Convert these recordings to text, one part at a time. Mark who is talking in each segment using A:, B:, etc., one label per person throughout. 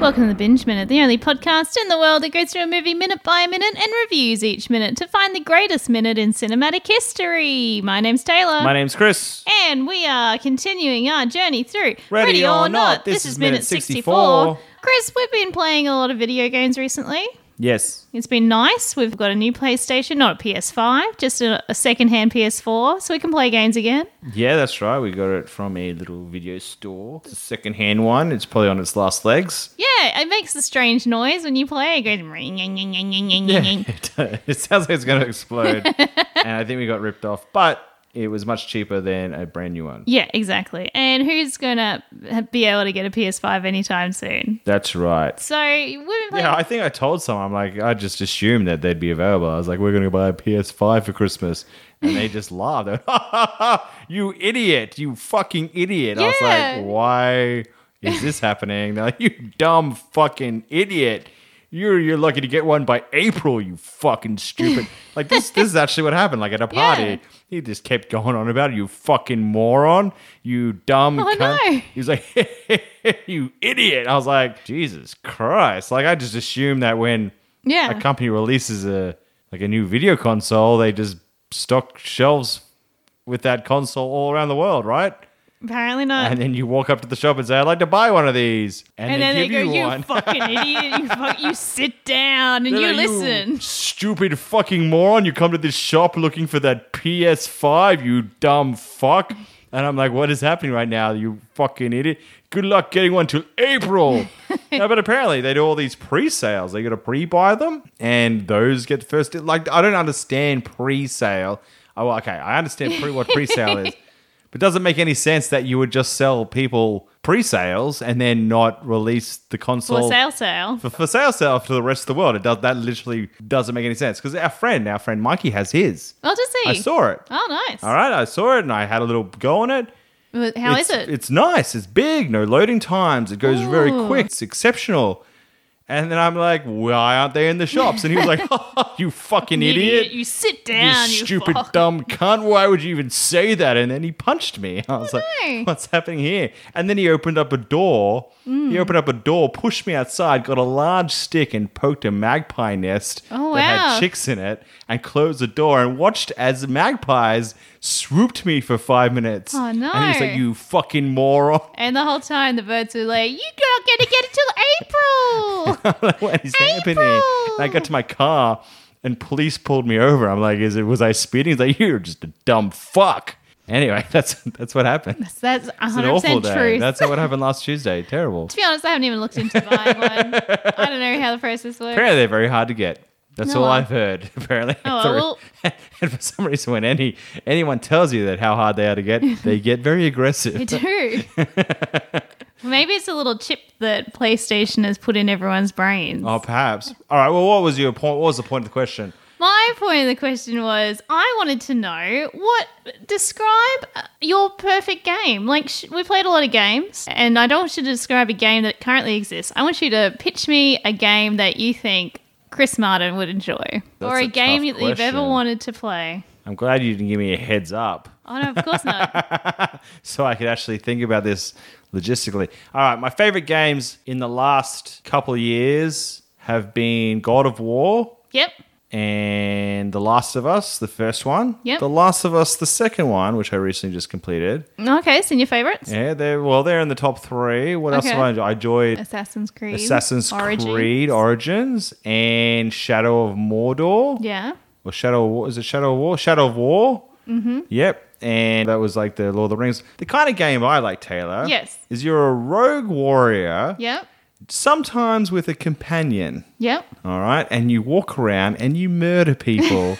A: Welcome to the Binge Minute, the only podcast in the world that goes through a movie minute by minute and reviews each minute to find the greatest minute in cinematic history. My name's Taylor.
B: My name's Chris.
A: and we are continuing our journey through
B: Ready or Not. This is minute 64.
A: Chris, we've been playing a lot of video games recently.
B: Yes.
A: It's been nice. We've got a new PlayStation, not a PS5, just a, a secondhand PS4, so we can play games again.
B: Yeah, that's right. We got it from a little video store. It's a secondhand one. It's probably on its last legs.
A: Yeah, it makes a strange noise when you play. It goes ring, ring, ring, ring, ring, ring, ring.
B: it does. It sounds like it's going to explode. and I think we got ripped off, but it was much cheaper than a brand new one.
A: Yeah, exactly. And who's gonna be able to get a PS5 anytime soon?
B: That's right.
A: So women play.
B: Yeah, I think I told someone, I'm like, I just assumed that they'd be available. I was like, we're going to buy a PS5 for Christmas. And they just laughed. They went, "Ha, ha, ha, you idiot. You fucking idiot. I was
A: Yeah.
B: like, why is this happening? They're like, you dumb fucking idiot. You're, you're lucky to get one by April, you fucking stupid. Like, this, this is actually what happened. Like, at a party,
A: Yeah.
B: he just kept going on about it. You fucking moron. You dumb
A: Oh,
B: cunt.
A: no.
B: He was like, you idiot. I was like, Jesus Christ. Like, I just assume that when
A: yeah,
B: a company releases a like a new video console, they just stock shelves with that console all around the world, right?
A: apparently not.
B: And then you walk up to the shop and say, I'd like to buy one of these. And,
A: And then
B: they
A: they
B: give
A: go,
B: you,
A: "You
B: one.
A: fucking idiot! You fuck, you sit down and
B: They're
A: you
B: like,
A: listen."
B: stupid fucking moron. You come to this shop looking for that PS5, you dumb fuck. And I'm like, what is happening right now, you fucking idiot? Good luck getting one till April. no, but apparently they do all these pre-sales. They got to pre-buy them, and those get first. Like, I don't understand pre-sale. Oh, well, okay, I understand pre- what pre-sale is, but it doesn't make any sense that you would just sell people pre-sales and then not release the
A: For
B: console
A: sale, sale.
B: for, for sale sale to the rest of the world. It does that literally doesn't make any sense because our friend, our friend Mikey, has his.
A: I'll just see.
B: I saw it.
A: Oh, nice.
B: All right, I saw it and I had a little go on it.
A: Well, How
B: it's,
A: is it?
B: It's nice. It's big. No loading times. It goes very
A: Ooh.
B: quick. It's exceptional. And then I'm like, why aren't they in the shops? And he was like, you fucking
A: You
B: idiot.
A: You sit
B: You
A: down. You,
B: stupid
A: fuck.
B: dumb cunt. Why would you even say that? And then he punched me. I was like,
A: no.
B: what's happening here? And then he opened up a door. He opened up a door, pushed me outside, got a large stick and poked a magpie nest
A: Oh,
B: that
A: wow.
B: had chicks in it and closed the door and watched as magpies swooped me for five minutes.
A: Oh, no.
B: And he was like, you fucking moron.
A: And the whole time the birds were like, "You're not gonna get it till April."
B: what is happening? And I got to my car and police pulled me over. I'm like, is it was I speeding? He's like, you're just a dumb fuck. Anyway, that's that's what happened.
A: So that's
B: It's an
A: 100
B: awful
A: percent
B: day.
A: truth.
B: That's what happened last Tuesday. Terrible.
A: to be honest, I haven't even looked into buying one. I don't know how the process works.
B: Apparently they're very hard to get. That's
A: No,
B: all
A: I-
B: I've heard. Apparently,
A: Oh,
B: Sorry.
A: well-
B: and for some reason, when any anyone tells you that how hard they are to get, they get very
A: I
B: aggressive.
A: do. Maybe it's a little chip that PlayStation has put in everyone's brains.
B: Oh, perhaps. All right. Well, what was your point? What was the point of the question?
A: My point of the question was I wanted to know what describe uh, your perfect game. Like sh- we played a lot of games and I don't want you to describe a game that currently exists. I want you to pitch me a game that you think Chris Martin would enjoy or
B: a
A: a, game
B: tough
A: that you've ever
B: question.
A: wanted to play.
B: I'm glad you didn't give me a heads up.
A: Oh no, of course not.
B: so I could actually think about this logistically. All right, my favorite games in the last couple of years have been God of War
A: yep.
B: and The Last of Us, the first one.
A: Yep.
B: The Last of Us, the second one, which I recently just completed.
A: Okay, so in your favorites?
B: Yeah, they're well, they're in the top three. What else
A: Okay.
B: have I enjoyed? I enjoyed
A: Assassin's Creed.
B: Assassin's
A: Origins.
B: Creed Origins and Shadow of Mordor.
A: Yeah.
B: or Shadow of War. Is it Shadow of War? Shadow of War. Mm-hmm. Yep. And that was like the Lord of the Rings. The kind of game I like, Taylor.
A: Yes.
B: Is you're a rogue warrior,
A: Yep.
B: sometimes with a companion.
A: Yep.
B: All right. And you walk around and you murder people.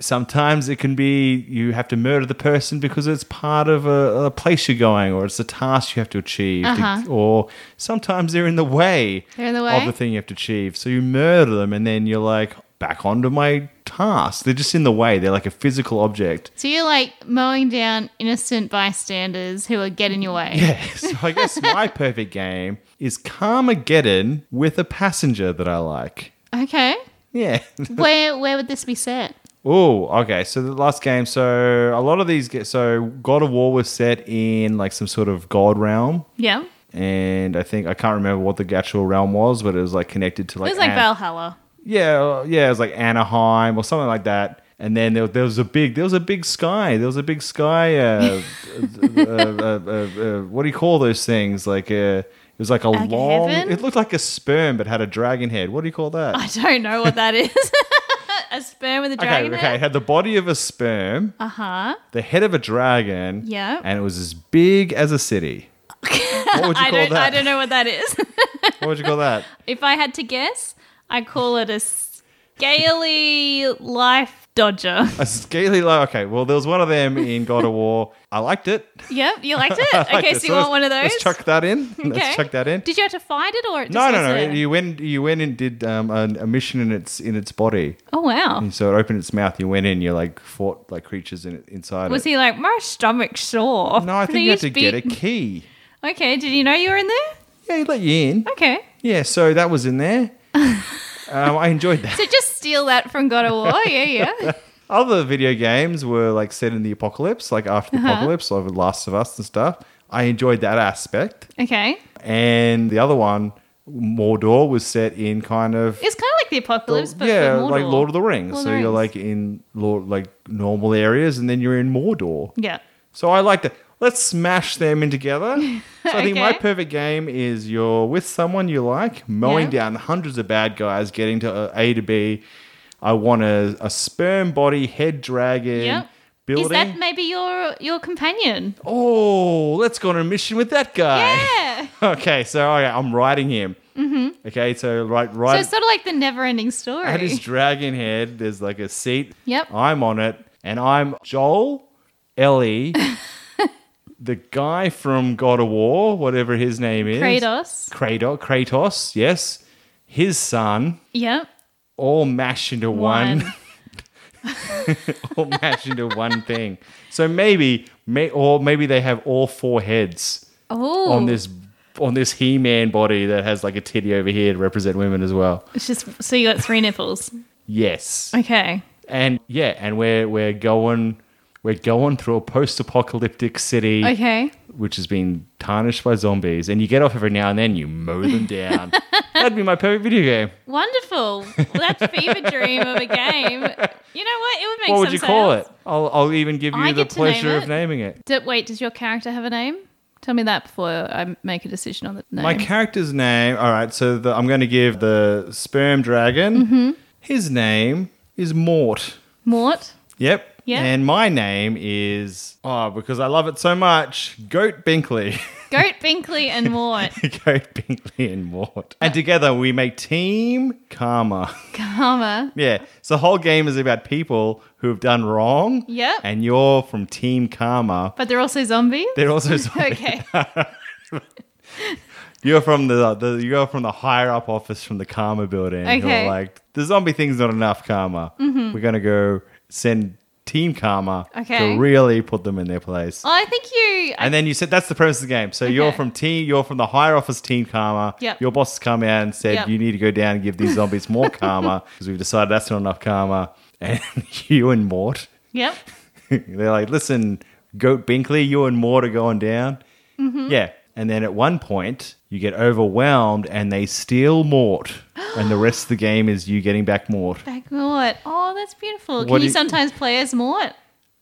B: Sometimes it can be you have to murder the person because it's part of a, a place you're going, or it's a task you have to achieve, to-
A: Uh-huh.
B: or sometimes they're in the way
A: They're in the
B: of
A: way.
B: the thing you have to achieve. So you murder them, and then you're like back onto my task. They're just in the way. They're like a physical object.
A: So you're like mowing down innocent bystanders who are getting your way.
B: Yeah, so I guess my perfect game is Carmageddon with a passenger that I like.
A: Okay.
B: Yeah.
A: Where where would this be set?
B: Oh, okay. So the last game. So a lot of these get. So God of War was set in like some sort of god realm,
A: Yeah.
B: and I think I can't remember what the actual realm was, but it was like connected to like
A: It was like
B: An-
A: Valhalla.
B: yeah, yeah, it was like Anaheim or something like that. And then there, there was a big, there was a big sky, there was a big sky. Uh, uh, uh, uh, uh, uh, what do you call those things? Like a, it was like a
A: Like a
B: long.
A: heaven?
B: it looked like a sperm, but had a dragon head. What do you call that?
A: I don't know what that is. a sperm with a
B: okay,
A: dragon.
B: okay, it had the body of a sperm,
A: Uh huh.
B: the head of a dragon,
A: Yeah.
B: and it was as big as a city. What would you
A: I
B: call
A: don't.
B: that?
A: I don't know what that is.
B: What would you call that?
A: if I had to guess, I call it a scaly life dodger.
B: A scaly. Like, okay, well, there was one of them in God of War. I liked it.
A: yep, you liked it.
B: I
A: Okay,
B: liked it.
A: so you want
B: let's-
A: one of those?
B: Let's chuck that in.
A: Okay.
B: Let's chuck that in.
A: Did you have to fight it or it just
B: No, no, no.
A: was a-
B: You went, you went and did um, an, a mission in its in its body.
A: Oh wow.
B: And so it opened its mouth. You went in. You like fought like creatures in, inside.
A: Was
B: it.
A: he like my stomach's sore?
B: No, I think you had to
A: Please
B: get a
A: be-"
B: key.
A: Okay, did you know you were in there?
B: Yeah, he let you in.
A: Okay,
B: Yeah, so that was in there. um, I enjoyed that.
A: so just steal that from God of War. Yeah, yeah.
B: Other video games were like set in the apocalypse, like after
A: Uh-huh.
B: the apocalypse, like Last of Us and stuff. I enjoyed that aspect.
A: Okay,
B: And the other one, Mordor, was set in kind of
A: it's kind of like the apocalypse, but
B: yeah,
A: for Mordor.
B: like Lord of the Rings.
A: Lord of
B: so
A: the
B: you're
A: Rings.
B: like in Lord, like normal areas, and then you're in Mordor.
A: yeah.
B: So I like that. Let's smash them in together. So I think my
A: Okay.
B: perfect game is you're with someone you like, mowing
A: Yeah.
B: down hundreds of bad guys, getting to uh, A to B. I want a, a sperm body head dragon
A: Yep.
B: building.
A: Is that maybe your your companion?
B: oh, let's go on a mission with that guy.
A: Yeah.
B: Okay, so okay, I'm riding him. Mm-hmm. Okay, so right,
A: So
B: right.
A: it's sort of like the never-ending story.
B: At his dragon head, there's like a seat.
A: Yep.
B: I'm on it, and I'm Joel, Ellie, the guy from God of War, whatever his name is.
A: Kratos.
B: Kratos. Kratos, yes. His son,
A: Yep.
B: all mashed into one.
A: One.
B: all mashed into one thing. So maybe, may, or maybe they have all four heads
A: Oh.
B: on this on this He-Man body that has like a titty over here to represent women as well.
A: It's just so you got three nipples.
B: Yes.
A: Okay.
B: and yeah, and we're we're going we're going through a post-apocalyptic city
A: Okay.
B: which has been tarnished by zombies, and you get off every now and then, you mow them down. That'd be my perfect video game.
A: Wonderful. Well, that's fever dream of a game. You know what? It would make.
B: what would
A: some
B: you call
A: sales.
B: it? I'll I'll even give you
A: I
B: the
A: get to name
B: pleasure
A: it.
B: of naming it.
A: Do- wait, does your character have a name? Tell me that before I make a decision on the name.
B: My character's name. All right, so the, I'm going to give the sperm dragon.
A: Mm-hmm.
B: His name is Mort.
A: Mort.
B: Yep.
A: Yeah.
B: And my name is oh because I love it so much. Goat Binkley.
A: Goat Binkley and Mort.
B: Goat Binkley and Mort. And together we make Team Karma.
A: Karma.
B: Yeah. So the whole game is about people who have done wrong.
A: Yep.
B: And you're from Team Karma.
A: But they're also zombies.
B: They're also zombies.
A: okay. Oh,
B: you're from the, the you're from the higher up office from the Karma building. who are
A: Okay. Mm-hmm.
B: like the zombie thing's not enough Karma. We're gonna go send Team Karma
A: Okay.
B: to really put them in their place.
A: I think you. I,
B: And then you said that's the premise of the game. So you're
A: Okay.
B: from team, you're from the higher office team karma.
A: Yep.
B: Your boss has come out and said
A: Yep.
B: you need to go down and give these zombies more karma because we've decided that's not enough karma. And you and Mort,
A: yep.
B: they're like, listen, Goat Binkley, you and Mort are going down.
A: Mm-hmm.
B: Yeah. And then at one point you get overwhelmed and they steal Mort, and the rest of the game is you getting back Mort.
A: Back Mort. Oh, that's beautiful.
B: What
A: Can
B: do
A: you
B: you-
A: sometimes play as Mort?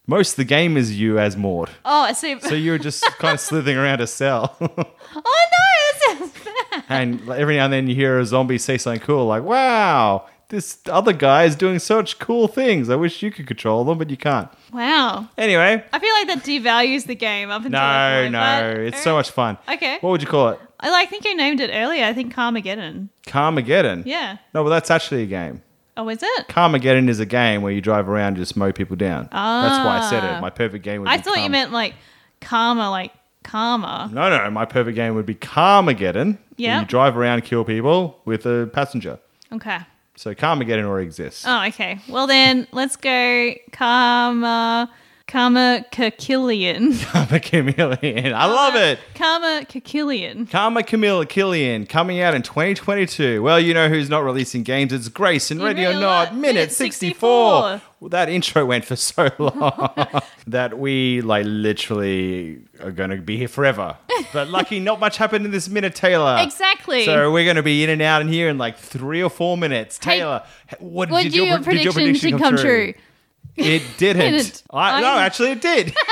B: Most of the game is you as Mort,
A: Oh, I see.
B: so you're just kind of slithering around a cell.
A: oh no, that sounds bad.
B: and like, every now and then you hear a zombie say something cool, like "Wow, this other guy is doing such cool things. I wish you could control them, but you can't."
A: Wow.
B: Anyway,
A: I feel like that devalues the game up until that
B: no,
A: point,
B: no,
A: but- uh,
B: it's so much fun.
A: Okay.
B: what would you call it?
A: I like- think you named it earlier. I think Carmageddon.
B: Carmageddon.
A: Yeah.
B: No, well, that's actually a game.
A: Oh, is it?
B: Carmageddon is a game where you drive around and just mow people down. That's why I said
A: Ah.
B: it. My perfect game would
A: I
B: be
A: thought you
B: Carm-
A: meant like karma, like karma.
B: No, no, my perfect game would be Carmageddon. where
A: Yeah.
B: You drive around and kill people with a passenger.
A: Okay.
B: So Carmageddon already exists.
A: Oh, okay. Well then, let's go karma. Karma Kakillian.
B: Karma Chameleon. I love it.
A: Karma Kakillian.
B: Karma Camille Killian coming out in 2022. Well, you know who's not releasing games? It's Grace and
A: You
B: Ready or
A: really
B: Not,
A: are.
B: minute
A: Minute
B: 64.
A: 64.
B: Well, that intro went for so long that we, like, literally are going to be here forever. But lucky, not much happened in this minute, Taylor.
A: Exactly.
B: Uh, So we're going to be in and out in here in like three or four minutes.
A: Hey,
B: Taylor, h- what did,
A: What did,
B: your,
A: your
B: did
A: prediction,
B: your prediction
A: come, true?
B: It didn't.
A: Didn't.
B: I, no,
A: I-
B: actually, it did.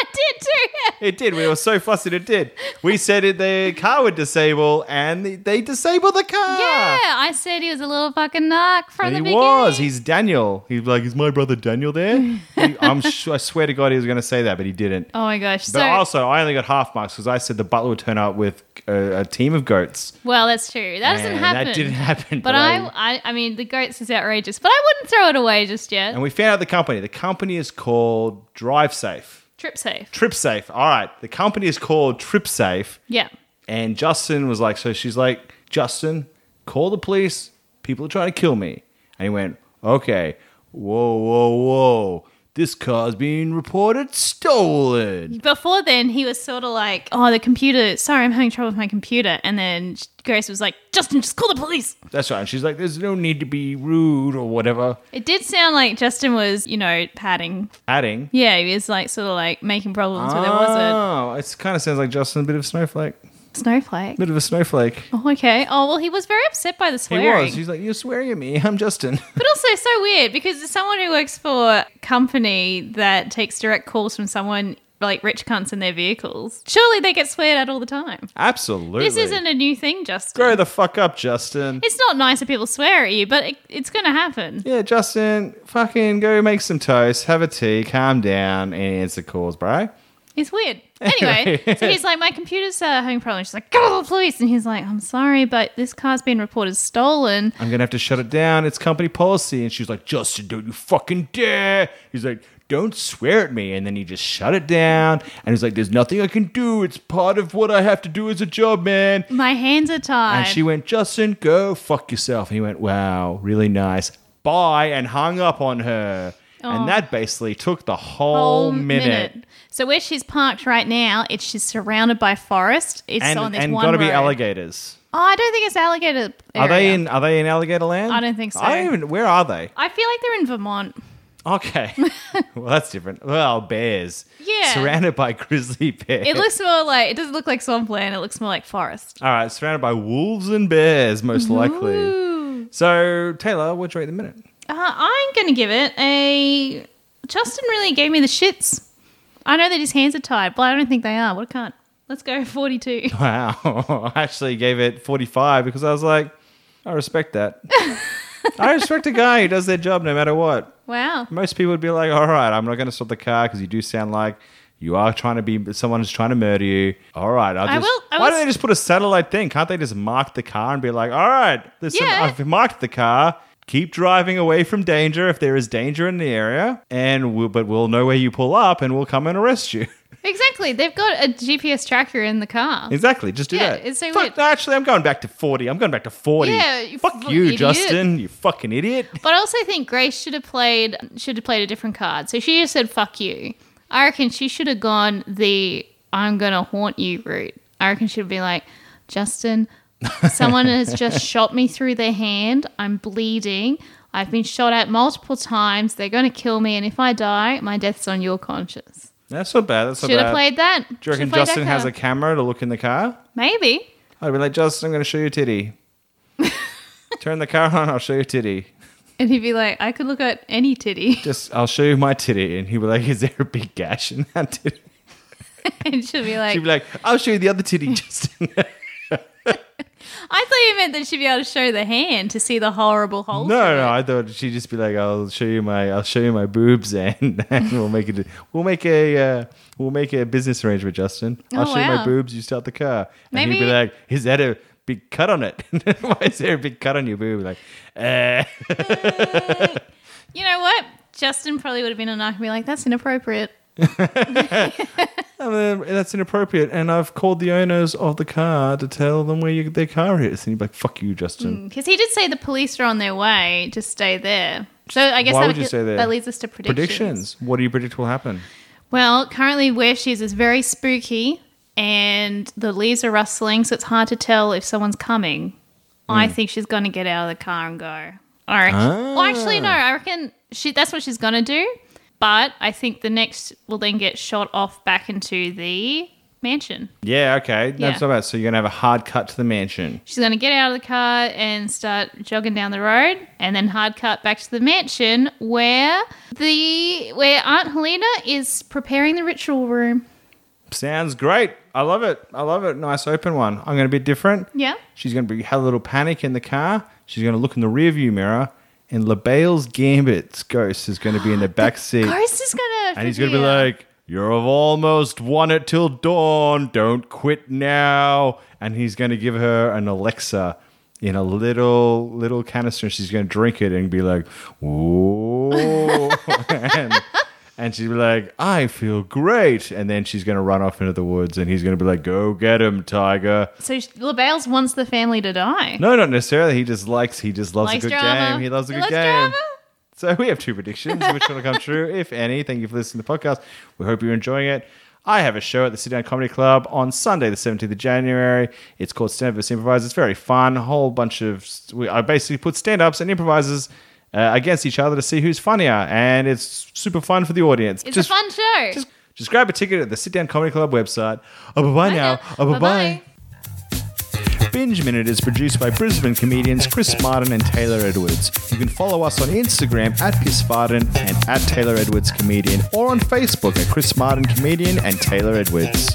A: I did too.
B: It did. We were so flustered. It did. We said it, the car would disable, and they disabled the car.
A: Yeah, I said he was a little fucking knock from
B: And
A: the
B: he
A: beginning.
B: was. He's Daniel. He's like, is my brother Daniel there? He- I'm sure. I swear to God, he was going to say that, but he didn't.
A: oh my gosh.
B: But
A: So,
B: also, I only got half marks because I said the butler would turn up with a, a team of goats.
A: well, that's true. That doesn't
B: And
A: happen.
B: That didn't happen.
A: But I, I, I mean, the goats is outrageous. But I wouldn't throw it away just yet.
B: and we found out the company. The company is called Drive Safe.
A: Trip safe.
B: Trip Safe. All right. The company is called Trip Safe.
A: Yeah.
B: And Justin was like, so she's like, Justin, call the police. People are trying to kill me. And he went, okay, whoa, whoa, whoa. This car's being reported stolen.
A: Before then, he was sort of like, "Oh, the computer. Sorry, I'm having trouble with my computer." And then Grace was like, "Justin, just call the police."
B: That's right. And she's like, there's no need to be rude or whatever.
A: It did sound like Justin was, you know, padding.
B: Adding.
A: Yeah, he was like sort of like making problems where there was
B: Oh, it kind of sounds like Justin, a bit of a snowflake.
A: a snowflake.
B: Bit of a snowflake.
A: Oh, okay. Oh well, he was very upset by the
B: He
A: swearing.
B: was. He's like, you're swearing at me. I'm Justin.
A: But also so weird because as someone who works for a company that takes direct calls from someone like rich cunts in their vehicles, surely they get sweared at all the time.
B: Absolutely.
A: This isn't a new thing, Justin.
B: Grow the fuck up, Justin.
A: It's not nice if people swear at you, but it, it's going to happen.
B: Yeah, Justin, fucking go make some toast, have a tea, calm down, and answer calls, bro.
A: It's weird. Anyway,
B: Anyway.
A: so he's like, my computer's uh, having problems. She's like, go to the police. And he's like, I'm sorry, but this car's been reported stolen.
B: I'm gonna have to shut it down. It's company policy. And she's like, Justin, don't you fucking dare. He's like, don't swear at me. And then he just shut it down. And he's like, there's nothing I can do. It's part of what I have to do as a job, man.
A: My hands are tied.
B: And she went, Justin, go fuck yourself. And he went, wow, really nice. Bye. And hung up on her.
A: Aw.
B: And that basically took the whole,
A: Whole
B: minute.
A: So where she's parked right now, it's she's surrounded by forest. It's
B: And,
A: on this
B: and
A: one
B: gotta be
A: road.
B: alligators.
A: Oh, I don't think it's alligator. Area.
B: Are they in? Are they in alligator land?
A: I don't think so.
B: I don't even. Where are they?
A: I feel like they're in Vermont.
B: Okay. well, that's different. Well, bears.
A: Yeah.
B: Surrounded by grizzly bears.
A: It looks more like it doesn't look like swampland. It looks more like forest.
B: All right, surrounded by wolves and bears, most likely.
A: Ooh.
B: So, Taylor, what'd you rate the minute?
A: Uh, I'm gonna give it a. Justin really gave me the shits. I know that his hands are tied, but I don't think they are. What a cunt. Let's go 42.
B: Wow. I actually gave it 45 because I was like, I respect that. I respect a guy who does their job no matter what.
A: Wow.
B: Most people would be like, all right, I'm not going to stop the car because you do sound like you are trying to be someone who's trying to murder you. All right, I'll
A: I
B: just.
A: will- I
B: why
A: will
B: don't they
A: s-
B: just put a satellite thing? Can't they just mark the car and be like, all right, listen,
A: Yeah.
B: I've marked the car. Keep driving away from danger if there is danger in the area, and we'll, but we'll know where you pull up, and we'll come and arrest you.
A: Exactly. They've got a GPS tracker in the car.
B: exactly, just do
A: Yeah,
B: that.
A: it's so
B: Fuck,
A: weird.
B: no, actually, I'm going back to forty. I'm going back to forty.
A: Yeah, you
B: fuck
A: fucking
B: you,
A: idiot.
B: Justin. You fucking idiot.
A: But I also think Grace should have played should have played a different card. So she just said "fuck you." I reckon she should have gone the "I'm gonna haunt you" route. I reckon she'd be like, Justin, someone has just shot me through their hand. I'm bleeding. I've been shot at multiple times. They're gonna kill me, and if I die, my death's on your conscience.
B: That's not bad. That's not
A: Should
B: bad.
A: have played that.
B: Do you reckon
A: Should've played that
B: Justin has a
A: card.
B: camera to look in the car?
A: maybe?
B: I'd be like, Justin, I'm going to show you titty. Turn the car on, I'll show you titty.
A: And he'd be like, I could look at any titty,
B: Just, I'll show you my titty. And he'd be like, Is there a big gash in that titty?
A: and she'd be like,
B: He'd be like, I'll show you the other titty, Justin.
A: I thought you meant that she'd be able to show the hand to see the horrible
B: no,
A: hole. through it.
B: no, I thought she'd just be like, I'll show you my, I'll show you my boobs, and, and we'll make it, we'll make a, uh, we'll make a business arrangement, Justin. I'll
A: Oh,
B: show you my
A: wow.
B: boobs. You start the car, and he'd be
A: Maybe-
B: like, Is that a big cut on it? Why is there a big cut on your boob? Like, eh.
A: You know what? Justin probably would have been a knock and be like, that's inappropriate.
B: And then, that's inappropriate. And I've called the owners of the car to tell them where
A: Mm,
B: you, their car is. And you're like, fuck you, Justin.
A: Because he did say the police are on their way, just stay there. So I guess
B: Why
A: that,
B: would you
A: g-
B: say that?
A: that leads us to predictions.
B: Predictions. What do you predict will happen?
A: Well, currently where she is is very spooky and the leaves are rustling, so it's hard to tell if someone's coming.
B: Hmm.
A: I think she's going to get out of the car and go. All right. Well, actually, no. I reckon she that's what she's going to do. But I think the next will then get shot off back into the mansion.
B: Yeah, okay.
A: Yeah.
B: That's about. So you're gonna have a hard cut to the mansion.
A: She's going to get out of the car and start jogging down the road, and then hard cut back to the mansion where the where Aunt Helena is preparing the ritual room.
B: Sounds great. I love it. I love it. Nice open one. I'm gonna be different.
A: Yeah.
B: She's gonna be have a little panic in the car. She's gonna look in the rearview mirror, and LaBelle's Gambit's ghost is gonna be in the back seat,
A: Ghost is gonna
B: and he's gonna be
A: appear.
B: like, "You've almost won it till dawn. Don't quit now." And he's gonna give her an Alexa in a little little canister. and She's gonna drink it and be like, "Ooh," and, and she'd be like, "I feel great." And then she's gonna run off into the woods, and he's gonna be like, "Go get him, tiger."
A: So she- LaBelle's wants the family to die.
B: No, not necessarily. He just likes. He just loves
A: Likes
B: a good
A: drama.
B: game. He loves a
A: He loves
B: good game.
A: drama.
B: So we have two predictions, which will come true, if any. Thank you for listening to the podcast. We hope you're enjoying it. I have a show at the Sit Down Comedy Club on Sunday, the 17th of January. It's called Stand Up vs. Improvisers. It's very fun. Whole bunch of. We, I basically put stand ups and improvisers uh, against each other to see who's funnier. And it's super fun for the audience.
A: It's a fun show.
B: Just, just grab a ticket at the Sit Down Comedy Club website. Oh, bye bye now. Oh, bye bye.
A: Bye-bye.
B: Binge Minute is produced by Brisbane comedians Chris Martin and Taylor Edwards. You can follow us on Instagram at Chris Martin and at Taylor Edwards Comedian, or on Facebook at Chris Martin Comedian and Taylor Edwards.